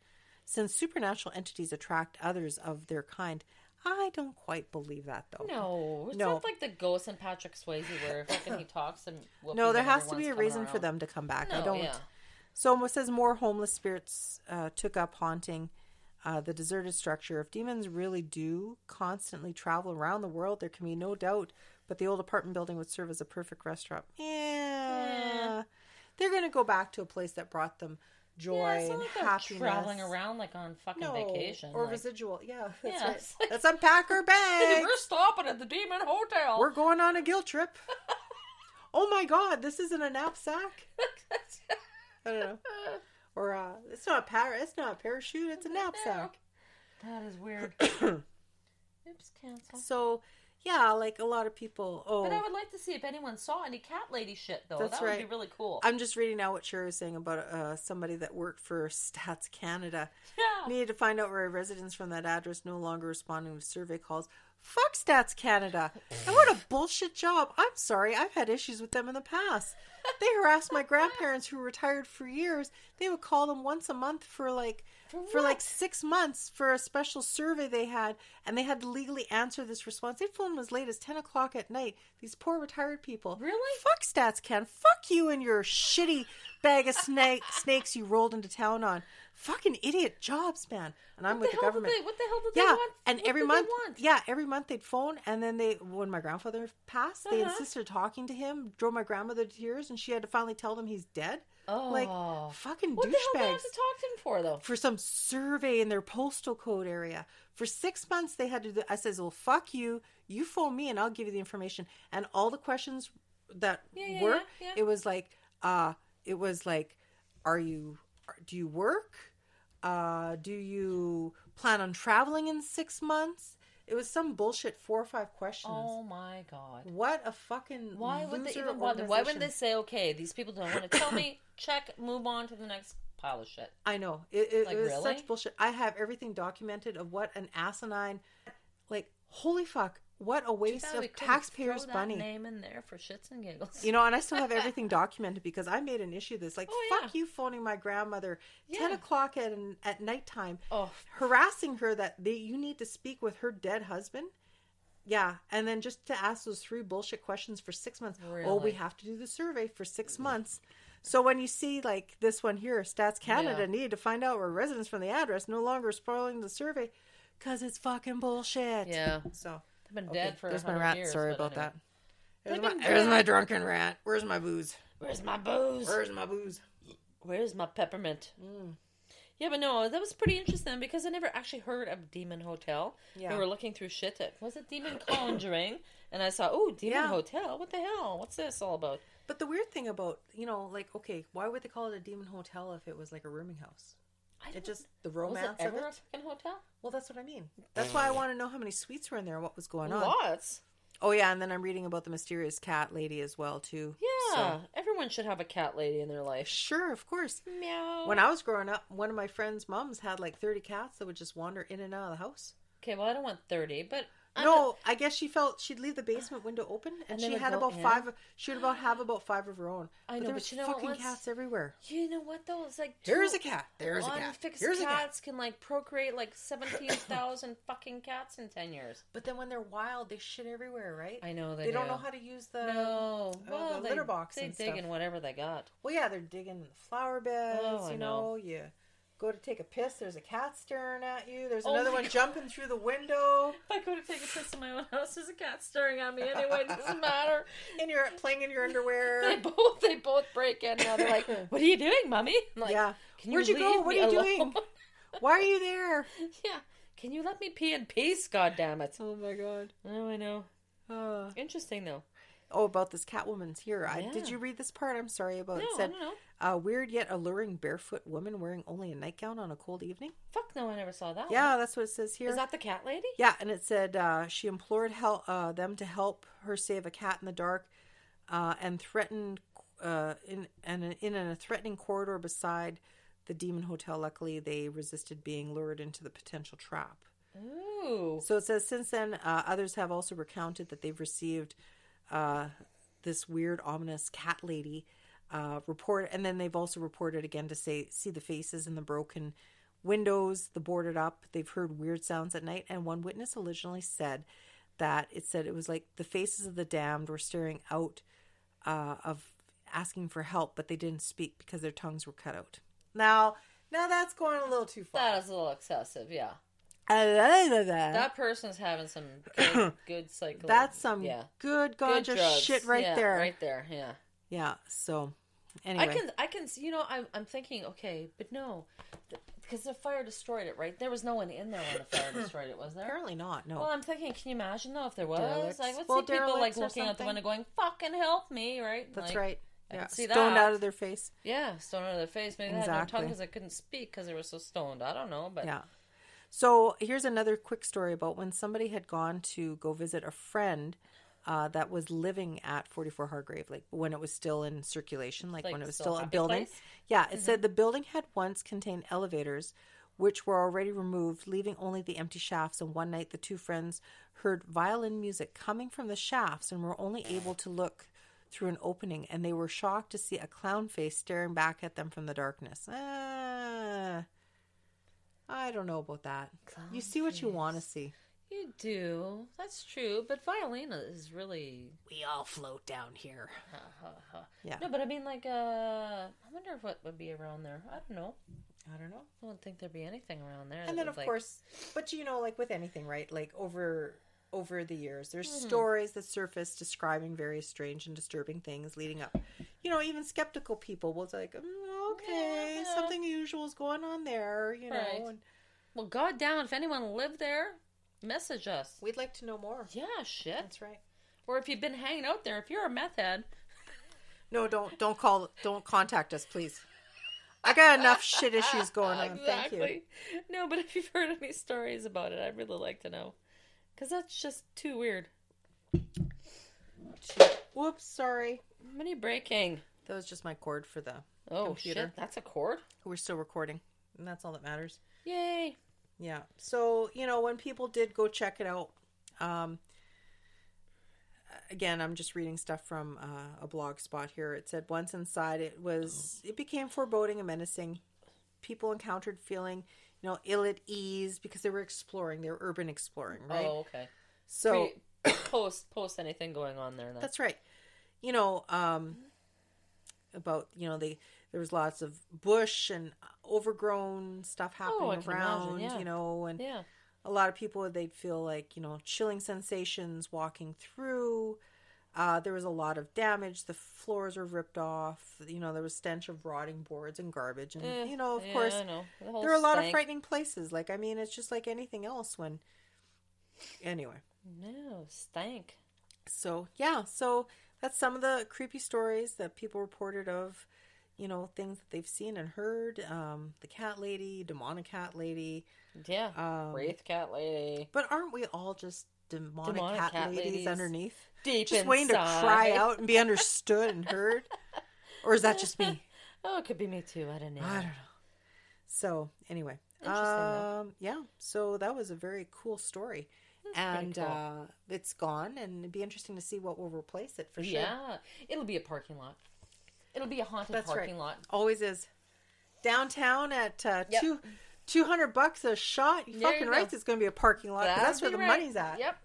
S1: Since supernatural entities attract others of their kind, I don't quite believe that though.
S2: No, it's
S1: No.
S2: not like the ghost in Patrick Swayze where fucking he talks and
S1: No, there has to be a reason for them to come back.
S2: No,
S1: I don't.
S2: yeah.
S1: So it says more homeless spirits uh, took up haunting uh, the deserted structure. If demons really do constantly travel around the world, there can be no doubt. But the old apartment building would serve as a perfect restaurant. Yeah, they're going to go back to a place that brought them joy
S2: Yeah, it's not
S1: and
S2: like they're
S1: happiness.
S2: traveling around like on fucking
S1: no,
S2: vacation
S1: or
S2: like-
S1: residual. Yeah, that's
S2: Yeah,
S1: right.
S2: it's like-
S1: Let's unpack our bags.
S2: We're stopping at the Demon Hotel.
S1: We're going on a guilt trip. oh my god, this isn't a knapsack. I don't know. Or uh, it's not a par- it's not a parachute, it's a knapsack.
S2: That is weird. Oops, cancel.
S1: So yeah, like a lot of people. Oh,
S2: But I would like to see if anyone saw any cat lady shit though.
S1: That's
S2: that would
S1: right.
S2: be really cool.
S1: I'm just reading now what Sherry was saying about uh, somebody that worked for Stats Canada.
S2: Yeah.
S1: Needed to find out where residents from that address no longer responding to survey calls. Fuck Stats Canada. And what a bullshit job. I'm sorry, I've had issues with them in the past. They harassed my grandparents who were retired for years. They would call them once a month for like for, like six months for a special survey they had, and they had to legally answer this response. They phoned as late as ten o'clock at night. These poor retired people.
S2: Really?
S1: Fuck stats, Ken. Fuck you and your shitty bag of snake snakes you rolled into town on. Fucking idiot jobs, man. And I'm
S2: What
S1: with
S2: the
S1: the,
S2: hell did
S1: government.
S2: they- what the hell did they
S1: yeah,
S2: want?
S1: and
S2: What
S1: every
S2: did they
S1: month,
S2: want?
S1: yeah, every month they'd phone, and then they, when my grandfather passed,
S2: Uh-huh.
S1: they insisted talking to him, drove my grandmother to tears, and she had to finally tell them he's dead. Oh,
S2: Oh.
S1: like fucking
S2: what the hell did I have
S1: douchebags
S2: to talk to him for though?
S1: for some survey in their postal code area. For six months, they had to. Do, I says, "Well, fuck you. You phone me, and I'll give you the information." And all the questions that
S2: yeah,
S1: were,
S2: yeah, yeah.
S1: it was like, uh, it was like, "Are you? Do you work? Uh, do you plan on traveling in six months?" It was some bullshit four or five questions.
S2: Oh my god.
S1: What a fucking
S2: Why would they
S1: loser
S2: even bother? Why wouldn't they
S1: organization.
S2: say, okay, these people don't want to tell me, check, move on to the next pile of shit?
S1: I know. It, it,
S2: Like,
S1: it was
S2: really?
S1: such bullshit. I have everything documented of what an asinine, like, holy fuck, what a waste
S2: Thought we
S1: of
S2: couldn't
S1: taxpayers'
S2: throw that
S1: money.
S2: name in there for shits and giggles.
S1: You know, and I still have everything documented because I made an issue of this. Like,
S2: Oh,
S1: fuck
S2: yeah.
S1: you phoning my grandmother 10 o'clock at, at nighttime,
S2: Oh.
S1: harassing her that they, you need to speak with her dead husband. Yeah. And then just to ask those three bullshit questions for six months. Oh,
S2: Really?
S1: we have to do the survey for six months. So when you see like this one here, Stats Canada
S2: Yeah.
S1: needed to find out where residents from the address no longer spoiling the survey because it's fucking bullshit.
S2: Yeah.
S1: So
S2: I've been dead for
S1: there's my
S2: 100
S1: rant.
S2: years,
S1: Sorry
S2: but
S1: about
S2: anyway.
S1: that. There's my, there's my drunken rant. Where's my booze?
S2: Where's my booze?
S1: Where's my booze?
S2: Where's my peppermint?
S1: Mm.
S2: Yeah, but no, that was pretty interesting because I never actually heard of Demon Hotel. Yeah. We were looking through shit that was it Demon Conjuring? And I saw, oh, Demon
S1: Yeah.
S2: Hotel. What the hell? What's this all about?
S1: But the weird thing about you know, like, okay, why would they call it a demon hotel if it was like a rooming house?
S2: I
S1: It
S2: don't-
S1: just the
S2: was it
S1: romance of
S2: ever a
S1: it.
S2: fucking hotel?
S1: Well, that's what I mean. That's why I want to know how many suites were in there and what was going on.
S2: Lots.
S1: Oh yeah, and then I'm reading about the mysterious cat lady as well too. So-
S2: Yeah, everyone should have a cat lady in their life.
S1: sure, of course.
S2: Meow.
S1: When I was growing up, one of my friends' moms had like 30 cats that would just wander in and out of the house.
S2: Okay, well, I don't want thirty, but
S1: no, I guess she felt she'd leave the basement window open, and,
S2: And they
S1: she
S2: would
S1: had
S2: go
S1: about
S2: in.
S1: five. She would about have about five of her own.
S2: I know,
S1: there
S2: but
S1: was
S2: you know what,
S1: fucking
S2: once-
S1: cats everywhere.
S2: You know what though? It's like
S1: Here's
S2: two
S1: a cat, there's a cat,
S2: unfixed
S1: here's a cat.
S2: cats can like procreate like seventeen thousand fucking cats in ten years.
S1: But then when they're wild, they shit everywhere, right?
S2: I know
S1: they
S2: they
S1: don't
S2: do.
S1: know how to use the.
S2: No,
S1: uh,
S2: Oh, well,
S1: the
S2: they,
S1: litter box
S2: They
S1: and
S2: dig
S1: stuff.
S2: in whatever they got.
S1: Well, yeah, they're digging in the flower beds.
S2: Oh, I
S1: you know.
S2: know.
S1: you go to take a piss. There's a cat staring at you. There's
S2: Oh
S1: another
S2: my
S1: one
S2: God.
S1: jumping through the window,
S2: If I go to take a piss in my own house, there's a cat staring at me anyway. It doesn't matter.
S1: and you're playing in your underwear.
S2: They both they both break in now. They're like, "What are you doing, mommy?" I'm like,
S1: Yeah.
S2: "Can
S1: Where'd you go?
S2: leave
S1: What
S2: me
S1: are you doing?"
S2: alone?"
S1: Why are you there?
S2: yeah. Can you let me pee in peace? God damn it.
S1: Oh my god.
S2: Oh, I know.
S1: Uh,
S2: Interesting though.
S1: oh, about this Catwoman's here. I, did
S2: Yeah.
S1: you read this part? I'm sorry about
S2: No,
S1: it.
S2: I
S1: Said
S2: don't know.
S1: a weird yet alluring barefoot woman wearing only a nightgown on a cold evening.
S2: Fuck no, I never saw that.
S1: Yeah, that's what it says here.
S2: One. Oh. Is that the cat lady?
S1: Yeah, and it said uh, she implored help, uh, them to help her save a cat in the dark, uh, and threatened uh, in and in a threatening corridor beside the Demon Hotel. Luckily, they resisted being lured into the potential trap.
S2: Ooh.
S1: So it says since then, uh, others have also recounted that they've received uh, this weird, ominous cat lady uh, report, and then they've also reported again to say see the faces in the broken windows, the boarded up. They've heard weird sounds at night, and one witness allegedly said that it said it was like the faces of the damned were staring out uh, of asking for help, but they didn't speak because their tongues were cut out. Now, now that's going a little too far.
S2: That is a little excessive, yeah.
S1: That
S2: That person's having some good, good cycle.
S1: That's some
S2: yeah.
S1: good
S2: Good
S1: ganja
S2: drugs.
S1: shit right
S2: Yeah,
S1: there.
S2: Right there, yeah.
S1: Yeah. So, anyway,
S2: I can, I can, s- you know, I'm, I'm thinking, okay, but no, because the fire destroyed it, right? There was no one in there when the fire destroyed it, was there?
S1: apparently not. No.
S2: Well, I'm thinking, can you imagine though if there was?
S1: Derelicts.
S2: Like, what's
S1: Well,
S2: see people like
S1: derelicts or
S2: looking out the
S1: something.
S2: window, going, "Fucking help me!" Right?
S1: That's
S2: Like,
S1: right.
S2: I
S1: Yeah.
S2: can see
S1: Stoned
S2: that.
S1: out of their face.
S2: Yeah, stoned out of their face. Maybe they had no
S1: Exactly.
S2: tongue because they couldn't speak because they were so stoned. I don't know, but
S1: Yeah. So here's another quick story about when somebody had gone to go visit a friend uh, that was living at 44 Hargrave, like when it was still in circulation, like,
S2: Like
S1: when it was
S2: still
S1: still a
S2: Happy
S1: building.
S2: Place? Mm-hmm.
S1: Yeah, it said the building had once contained elevators, which were already removed, leaving only the empty shafts. And one night, the two friends heard violin music coming from the shafts and were only able to look through an opening. And they were shocked to see a clown face staring back at them from the darkness. Ah, I don't know about that. you see what you want to see.
S2: you do. That's true. But violin is really
S1: We all float down here. Yeah.
S2: no. But I mean, like, uh, I wonder if what would be around there. I don't know.
S1: I don't know.
S2: I don't think there'd be anything around there. that
S1: and then
S2: was,
S1: of
S2: like-
S1: course but you know like with anything right like over over the years there's
S2: Mm-hmm.
S1: stories that surface describing various strange and disturbing things leading up you know even skeptical people will like mm, okay
S2: Yeah.
S1: something unusual is going on there you know
S2: Right.
S1: and
S2: well, goddamn, if anyone lived there, message us.
S1: we'd like to know more
S2: Yeah, shit.
S1: that's right
S2: Or if you've been hanging out there, if you're a meth head,
S1: no don't don't call don't contact us please i got enough shit issues going on Oh, thank you
S2: Exactly. No, but if you've heard any stories about it, I'd really like to know. Because that's just too weird.
S1: whoops sorry
S2: Mini breaking.
S1: that was just my cord for the
S2: Oh,
S1: computer
S2: shit. That's a cord?
S1: we're still recording and that's all that matters
S2: Yay.
S1: Yeah. So, you know, when people did go check it out, um, again, I'm just reading stuff from uh, a blog spot here. It said once inside, it was,
S2: Oh.
S1: it became foreboding and menacing. People encountered feeling, you know, ill at ease because they were exploring, they were urban exploring, right?
S2: Oh, okay.
S1: so,
S2: Pre- post post anything going on there. Then.
S1: that's right. You know, um, about you know they there was lots of bush and overgrown stuff
S2: Oh, I
S1: happening
S2: can
S1: around.
S2: imagine, yeah.
S1: You know, and
S2: Yeah.
S1: a lot of people they'd feel like you know chilling sensations walking through uh, there was a lot of damage the floors were ripped off you know there was stench of rotting boards and garbage and
S2: Eh,
S1: you know of
S2: yeah,
S1: course
S2: I know. The whole
S1: there are a lot of
S2: stank.
S1: frightening places like i mean it's just like anything else when anyway
S2: No, stank.
S1: so yeah so that's some of the creepy stories that people reported of you know things that they've seen and heard um, the cat lady demonic cat lady
S2: Yeah.
S1: Um,
S2: Wraith cat lady.
S1: but aren't we all just demonic,
S2: Demonic
S1: cat,
S2: cat
S1: ladies,
S2: ladies.
S1: underneath?
S2: Deep
S1: Just waiting to cry
S2: inside.
S1: out and be understood and heard? Or is that just me?
S2: Oh, it could be me too. I don't know.
S1: I don't know. So, anyway.
S2: Interesting, though.
S1: um, yeah. So that was a very cool story. and uh, it's gone, and it'd be interesting to see what will replace it for sure.
S2: Yeah, it'll be a parking lot. It'll be a haunted
S1: That's
S2: parking
S1: right.
S2: lot.
S1: Always is. Downtown at uh,
S2: Yep.
S1: two. 200 bucks a shot. You
S2: There you
S1: fucking
S2: go.
S1: right. It's going to be a parking lot. 'cause
S2: That'll
S1: That's where
S2: be
S1: the
S2: right.
S1: money's at.
S2: Yep.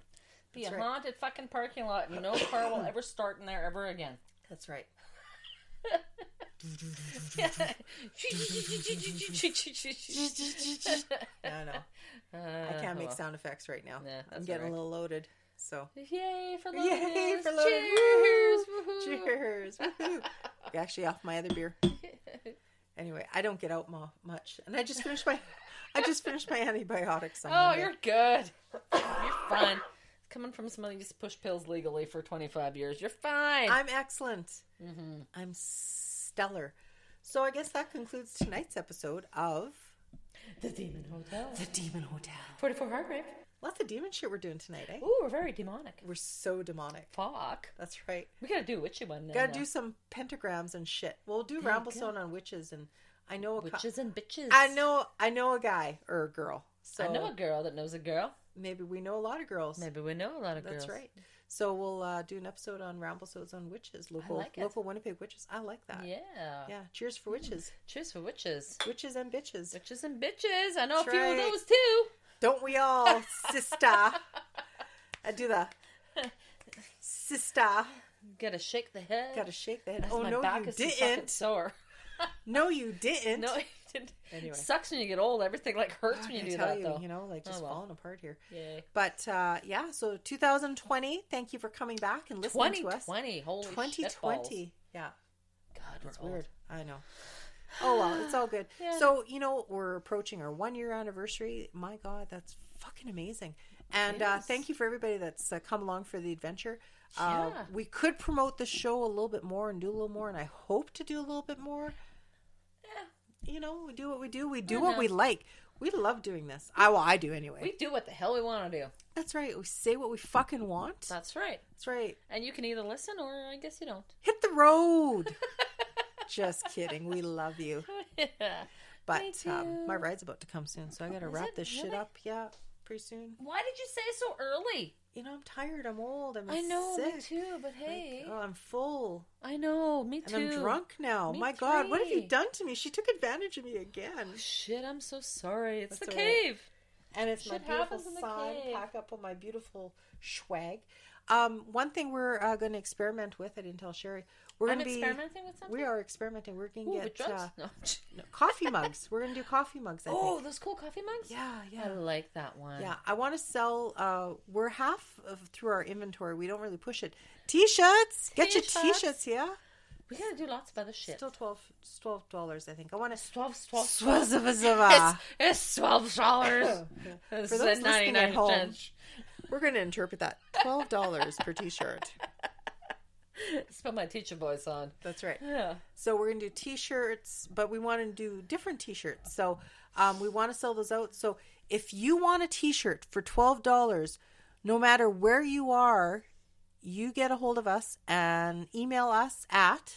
S2: Be a
S1: right.
S2: haunted fucking parking lot, and no car will ever start in there ever again.
S1: That's right. No, no. I can't make sound effects right
S2: Uh,
S1: now.
S2: oh. Nah, that's all
S1: I'm getting
S2: right.
S1: a little loaded. So,
S2: Yay for Lotus!
S1: yay for loaded.
S2: Cheers!
S1: Woohoo.
S2: Woohoo.
S1: Cheers. Woohoo. You're actually off my other beer. Anyway, I don't get out mo- much. And I just finished my I just finished my antibiotics on
S2: Oh,
S1: Monday.
S2: you're good. You're fine. Coming from somebody who's pushed pills legally for 25 years, you're fine. Mm-hmm.
S1: I'm excellent. I'm stellar. So I guess that concludes tonight's episode of
S2: the Demon Hotel.
S1: The Demon Hotel.
S2: 44 Heartbreak.
S1: Lots of demon shit we're doing tonight, eh?
S2: Ooh, we're very demonic.
S1: We're so demonic.
S2: Fuck.
S1: That's right.
S2: We gotta do a witchy one uh, now.
S1: Gotta do some pentagrams and shit. We'll do Ramblestone on witches, and I know a cou-
S2: witches and bitches.
S1: I know I know a guy or a girl. So
S2: I know a girl that knows a girl.
S1: maybe we know a lot of girls.
S2: Maybe we know a lot of girls.
S1: That's right. So we'll uh, do an episode on Ramblestones on witches, local
S2: like it.
S1: local Winnipeg witches. I like that.
S2: Yeah.
S1: Yeah. Cheers for witches,
S2: Cheers for witches.
S1: witches and bitches.
S2: Witches and bitches. I know
S1: That's
S2: a few
S1: right.
S2: of those too.
S1: Don't we all, sister? I do the sister.
S2: Gotta shake the head.
S1: Got to shake that.
S2: That's-
S1: Oh
S2: my
S1: no,
S2: back
S1: you
S2: is so fucking
S1: didn't.
S2: Sore.
S1: No, you didn't.
S2: No,
S1: I
S2: it didn't. Anyway. Sucks when you get old. Everything like hurts when you do
S1: tell
S2: that
S1: you,
S2: though.
S1: you know, like
S2: Oh,
S1: just
S2: well.
S1: falling apart here.
S2: Yay.
S1: But uh, yeah, so 2020. Thank you for coming back and listening to us.
S2: 2020. Holy
S1: 2020. Yeah,
S2: God, we're
S1: it's
S2: old.
S1: weird. I know. Oh well, it's all good. So you know we're approaching our one year anniversary. My God, that's fucking amazing. And uh, thank you for everybody that's uh, come along for the adventure. Uh,
S2: Yeah.
S1: we could promote the show a little bit more and do a little more, and I hope to do a little bit more. You know, we do what we do. We do what we like. We love doing this. I well, I do anyway.
S2: We do what the hell we want to do.
S1: That's right. We say what we fucking want.
S2: That's right.
S1: That's right.
S2: And you can either listen or I guess you don't.
S1: Hit the road. Just kidding. We love you. But um, my ride's about to come soon, so I got to wrap
S2: Oh, it
S1: this shit
S2: really?
S1: up. Yeah, pretty soon.
S2: Why did you say so early?
S1: You know, I'm tired. I'm old. I'm
S2: I know,
S1: sick.
S2: me too. But hey,
S1: Oh, I'm full
S2: I know, me
S1: and
S2: too.
S1: I'm drunk now.
S2: Me
S1: my God, what have you
S2: three.
S1: done to me? She took advantage of me again.
S2: Shit, I'm so sorry. It's
S1: That's
S2: the
S1: all right.
S2: cave.
S1: And it's my
S2: Shit
S1: beautiful
S2: happens in the
S1: sign
S2: cave.
S1: pack up on my beautiful swag. Um, one thing we're uh, going to experiment with, I didn't tell Sherry. We're
S2: I'm
S1: gonna be,
S2: experimenting with something?
S1: We are experimenting. We're going
S2: Ooh,
S1: to
S2: with
S1: get
S2: drugs?
S1: uh,
S2: no.
S1: no, coffee mugs. We're going to do coffee mugs. I
S2: Oh,
S1: think.
S2: those cool coffee mugs.
S1: yeah, yeah.
S2: I like that one.
S1: Yeah, I want to sell. Uh, we're half of, through our inventory. We don't really push it. T-shirts, get your
S2: T-shirts.
S1: T-shirts. Yeah,
S2: we gotta do lots of other shit.
S1: still 12 dollars. I think I want to.
S2: Twelve, twelve,
S1: Swazavazava.
S2: It's twelve dollars.
S1: For those listening at home, we're going to interpret that twelve dollars per T-shirt.
S2: Let's put my teacher voice on.
S1: That's right.
S2: Yeah.
S1: So we're gonna do T-shirts, but we want to do different T-shirts. So um, we want to sell those out. So if you want a T-shirt for twelve dollars, no matter where you are, you get a hold of us and email us at,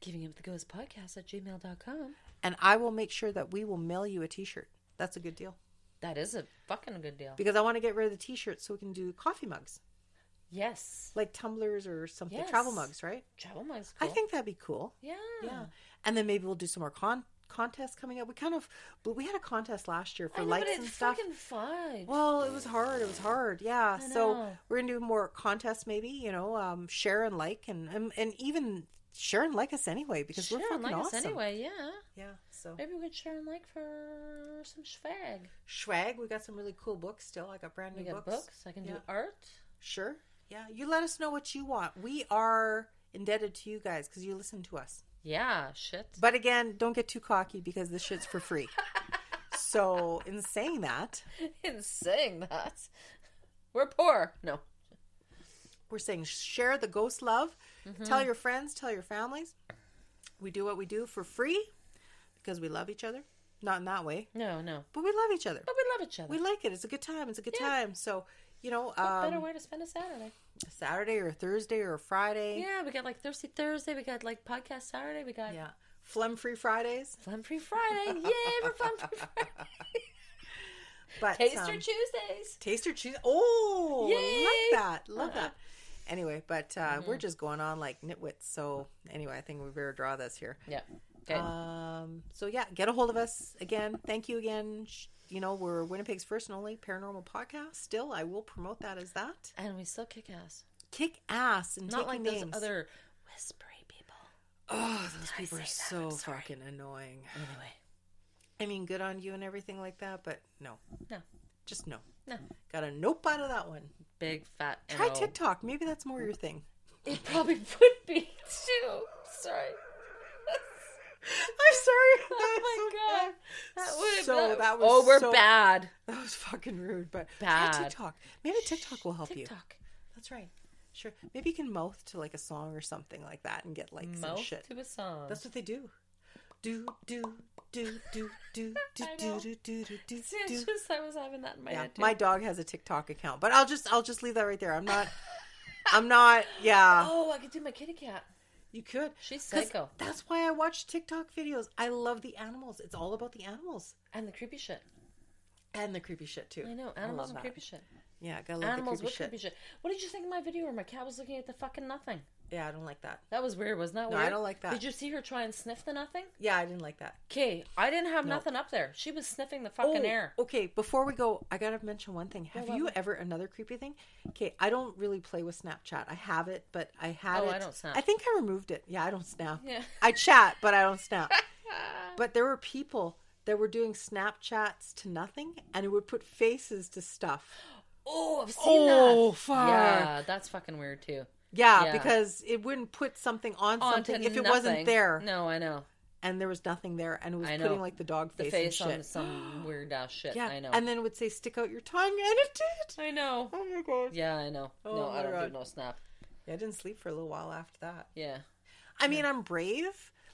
S2: Giving up the ghost podcast at gmail.com.
S1: and I will make sure that we will mail you a T-shirt. That's a good deal
S2: That is a fucking good deal.
S1: because I want to get rid of the T-shirts so we can do coffee mugs,
S2: Yes.
S1: like tumblers or something, travel
S2: Yes.
S1: mugs, right?
S2: Travel mugs.
S1: I
S2: cool.
S1: think that'd be cool.
S2: Yeah.
S1: Yeah. And then maybe we'll do some more con contests coming up. We kind of but we had a contest last year
S2: I
S1: for
S2: know,
S1: likes
S2: but it's
S1: and stuff.
S2: fucking fun.
S1: Well, it was hard. It was hard. Yeah. So
S2: know.
S1: we're gonna do more contests maybe, you know, um share and like and and, and even share and like us anyway because
S2: share
S1: we're fucking
S2: and like us
S1: awesome.
S2: anyway. Yeah.
S1: Yeah. So
S2: Maybe we could share and like for some swag.
S1: swag, we got some really cool books still. I got brand
S2: We
S1: new
S2: got
S1: books.
S2: books. I can do
S1: Yeah.
S2: art.
S1: Sure. Yeah. You let us know what you want. We are indebted to you guys because you listen to us.
S2: Yeah. Shit.
S1: But again, don't get too cocky because this shit's for free. so, in saying that,
S2: In saying that, we're poor. No.
S1: we're saying share the ghost love.
S2: Mm-hmm.
S1: Tell your friends, tell your families. We do what we do for free because we love each other. Not in that way,
S2: No. No.
S1: but we love each other.
S2: But we love each other.
S1: We like it. It's a good time. It's a good time. So, you know,
S2: What better
S1: um,
S2: way to spend a Saturday?
S1: Saturday or Thursday or Friday.
S2: Yeah, we got like Thirsty Thursday. We got like Podcast Saturday. We got
S1: yeah. Flum free Fridays.
S2: Fun Free Friday. Yay for Fun Free Friday.
S1: But
S2: Taster
S1: um,
S2: Tuesdays.
S1: Taster cheese. Oh,
S2: Yay! Uh-huh. Mm-hmm.
S1: love that. Love that. Anyway, but uh, we're just going on like nitwits. So anyway, I think we better draw this here.
S2: Yeah. Okay.
S1: Um, so yeah, get a hold of us again. Thank you again. Sh- You know, we're Winnipeg's first and only paranormal podcast. Still, I will promote that as that.
S2: and we still kick ass.
S1: Kick ass and
S2: Not like
S1: taking
S2: those
S1: names.
S2: other whispery people.
S1: Oh, those people are so fucking annoying.
S2: Anyway.
S1: I mean, good on you and everything like that, but no,
S2: No.
S1: just no.
S2: No.
S1: Got a nope out of that one.
S2: Big fat.
S1: Try
S2: no.
S1: TikTok. Maybe that's more your thing.
S2: It probably would be too. Sorry.
S1: I'm sorry.
S2: Oh my god. That would
S1: So
S2: that,
S1: that was
S2: was Oh, we're
S1: so-
S2: bad.
S1: That was fucking rude, but
S2: Bad.
S1: try TikTok. Maybe TikTok will help you.
S2: TikTok.
S1: That's right. Sure. Maybe you can mouth to like a song or something like that and get likes and
S2: Mouth
S1: shit.
S2: to a song.
S1: That's what they do. Do do do do do do
S2: I
S1: do
S2: know.
S1: do do do do.
S2: See, it's
S1: do.
S2: just I was having that in my
S1: Yeah,
S2: head. Too.
S1: my dog has a TikTok account, but I'll just I'll just leave that right there. I'm not. I'm not. Yeah,
S2: Oh, I could do my kitty cat.
S1: you could.
S2: She's
S1: 'Cause
S2: psycho.
S1: That's why I watch TikTok videos. I love the animals. It's all about the animals
S2: And the creepy shit.
S1: and the creepy shit too.
S2: I know.
S1: love
S2: Animals and
S1: that.
S2: creepy shit.
S1: Yeah, gotta love
S2: Animals
S1: the
S2: with
S1: creepy shit.
S2: creepy shit. What did you think of my video where my cat was looking at the fucking nothing?
S1: Yeah, I don't like that.
S2: That was weird, wasn't that
S1: No, I
S2: weird?
S1: don't like that.
S2: Did you see her try and sniff the nothing?
S1: Yeah, I didn't like that.
S2: Okay, I didn't have
S1: No.
S2: nothing up there. She was sniffing the fucking
S1: Oh,
S2: air.
S1: Okay, before we go, I gotta mention one thing. Have you ever another creepy thing? Okay, I don't really play with Snapchat. I have it, but I had
S2: Oh,
S1: it.
S2: I don't snap.
S1: I think I removed it. Yeah, I don't snap.
S2: Yeah.
S1: I chat, but I don't snap. but there were people that were doing Snapchats to nothing, and it would put faces to stuff.
S2: Oh, I've seen
S1: Oh,
S2: that.
S1: fuck.
S2: Yeah, that's fucking weird too.
S1: Yeah,
S2: Yeah.
S1: because it wouldn't put something on
S2: Onto
S1: something if it wasn't
S2: nothing.
S1: there,
S2: No, I know.
S1: and there was nothing there, and it was
S2: I know.
S1: putting like the dog
S2: The
S1: face,
S2: face
S1: and shit.
S2: on some weird ass shit.
S1: yeah,
S2: I know.
S1: and then it would say "stick out your tongue," and it did.
S2: I know.
S1: Oh my god.
S2: Yeah, I know. no,
S1: Oh my
S2: I don't
S1: God.
S2: do no snap.
S1: Yeah, I didn't sleep for a little while after that.
S2: Yeah.
S1: I mean, I'm brave.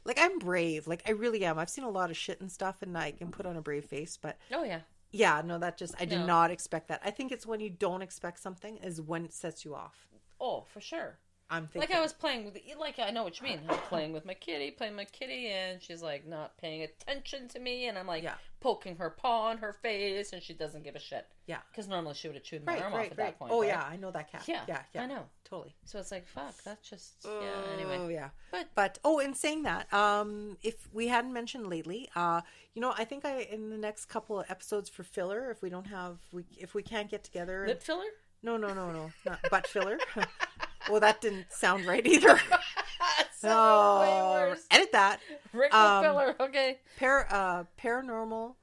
S1: Like I'm brave. Like I really am. I've seen a lot of shit and stuff, and I can put on a brave face. But
S2: Oh yeah.
S1: yeah, no, that just I did
S2: No.
S1: not expect that. I think it's when you don't expect something is when it sets you off.
S2: Oh, for sure.
S1: I'm thinking.
S2: Like I was playing with, like I know what you mean. I'm playing with my kitty, playing my kitty, and she's like not paying attention to me, and I'm like
S1: Yeah.
S2: poking her paw in her face, and she doesn't give a shit.
S1: Yeah.
S2: Because normally she would have chewed my
S1: right,
S2: arm
S1: right,
S2: off at
S1: right.
S2: that point.
S1: oh
S2: right?
S1: yeah, I know that cat.
S2: Yeah,
S1: yeah, yeah.
S2: I know.
S1: totally.
S2: So it's like fuck. That's just yeah.
S1: Oh
S2: Anyway.
S1: yeah.
S2: But
S1: But oh, in saying that, um, if we hadn't mentioned lately, uh, you know, I think I in the next couple of episodes for filler, if we don't have, we if we can't get together, and-
S2: lip filler.
S1: No, no, no, no, not butt filler. well, that didn't sound right either.
S2: way
S1: oh,
S2: worse.
S1: edit that.
S2: Rick
S1: Um,
S2: filler. Okay.
S1: Par- uh, paranormal.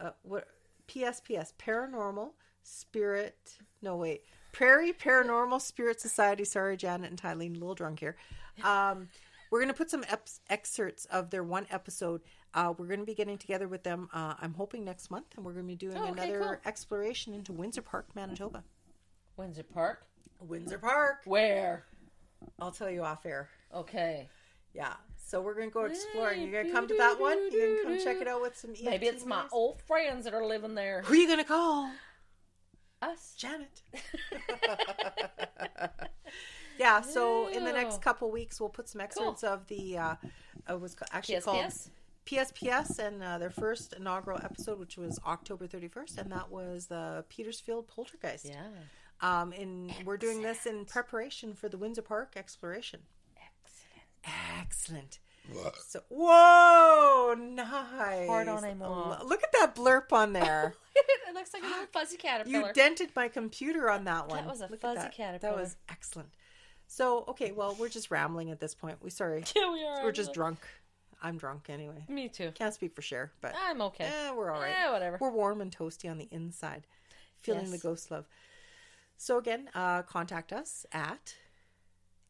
S1: Uh, what? PSPS. Paranormal spirit. No, wait. Prairie Paranormal Spirit Society. Sorry, Janet and Tylene, a little drunk here. Um, we're gonna put some eps excerpts of their one episode. Uh, we're gonna be getting together with them. Uh, I'm hoping next month, and we're gonna be doing
S2: Oh, okay,
S1: another
S2: cool.
S1: exploration into Windsor Park, Manitoba.
S2: Windsor Park.
S1: Windsor Park.
S2: Where?
S1: I'll tell you off air.
S2: Okay.
S1: Yeah. So we're gonna go exploring. You're gonna come to that one. You're gonna come check it out with some. EFT
S2: Maybe it's my
S1: noise?
S2: old friends that are living there.
S1: Who are you gonna call?
S2: Us.
S1: Janet. yeah. So in the next
S2: Ew.
S1: couple weeks, we'll put some excerpts of the. Uh, it was ca- actually called
S2: PSPS?
S1: PSPS and uh, their first inaugural episode, which was October 31st, and that was the Petersfield Poltergeist.
S2: Yeah.
S1: Um, and we're doing this in preparation for the Windsor Park exploration. Excellent. Excellent. So, whoa, nice.
S2: on a moi.
S1: Lo- Look at that blurb on there.
S2: it looks like a little fuzzy caterpillar.
S1: you dented my computer on that one.
S2: was a
S1: Look at
S2: fuzzy
S1: that.
S2: caterpillar.
S1: That was excellent. So, okay, well, we're just rambling at this point. We sorry.
S2: Yeah, we are.
S1: We're just drunk. I'm drunk anyway.
S2: Me too.
S1: Can't speak for Cher, but
S2: I'm okay.
S1: Eh, we're all right.
S2: Eh, whatever.
S1: We're warm and toasty on the inside, feeling the
S2: Yes.
S1: ghost love. So again, uh, contact us at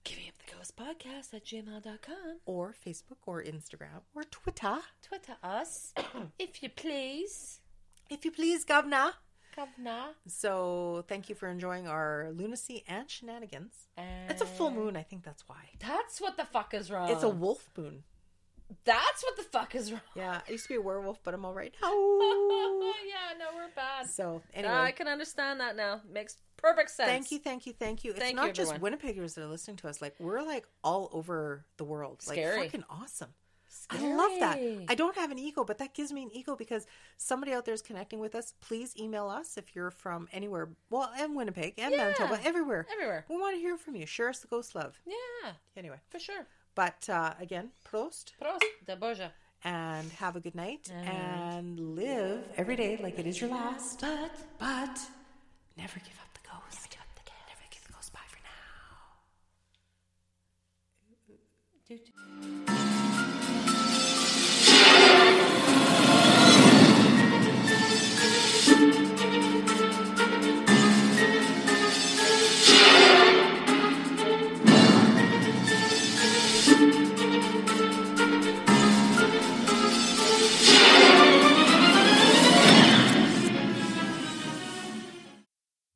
S2: Giving up the ghost podcast at gmail.com.
S1: or Facebook or Instagram or Twitter,
S2: Twitter us, if you please.
S1: if you please, Governor.
S2: Governor.
S1: So thank you for enjoying our lunacy and shenanigans. It's a full moon. I think that's why.
S2: That's what the fuck is wrong.
S1: It's a wolf moon.
S2: That's what the fuck is wrong. Oh,
S1: Yeah, I used to be a werewolf, but I'm all right now.
S2: yeah, no, we're bad.
S1: so anyway.
S2: I can understand that now. Makes perfect sense.
S1: Thank you, thank you, thank you. It's
S2: Thank you,
S1: not just
S2: everyone.
S1: Winnipeggers that are listening to us. Like we're like all over the world. Like
S2: Scary.
S1: fucking awesome. I love that. I don't have an ego, but that gives me an ego because somebody out there is connecting with us. Please email us if you're from anywhere. Well, and Winnipeg and Manitoba, everywhere.
S2: everywhere.
S1: We want to hear from you. Share us the ghost love.
S2: Yeah,
S1: Anyway,
S2: for sure.
S1: but uh, again, prost
S2: Prost, de Boja.
S1: and have a good night and live every day like it is your last. But, but never give up the ghost. Never give up the ghost. Never give the ghost. Bye for now.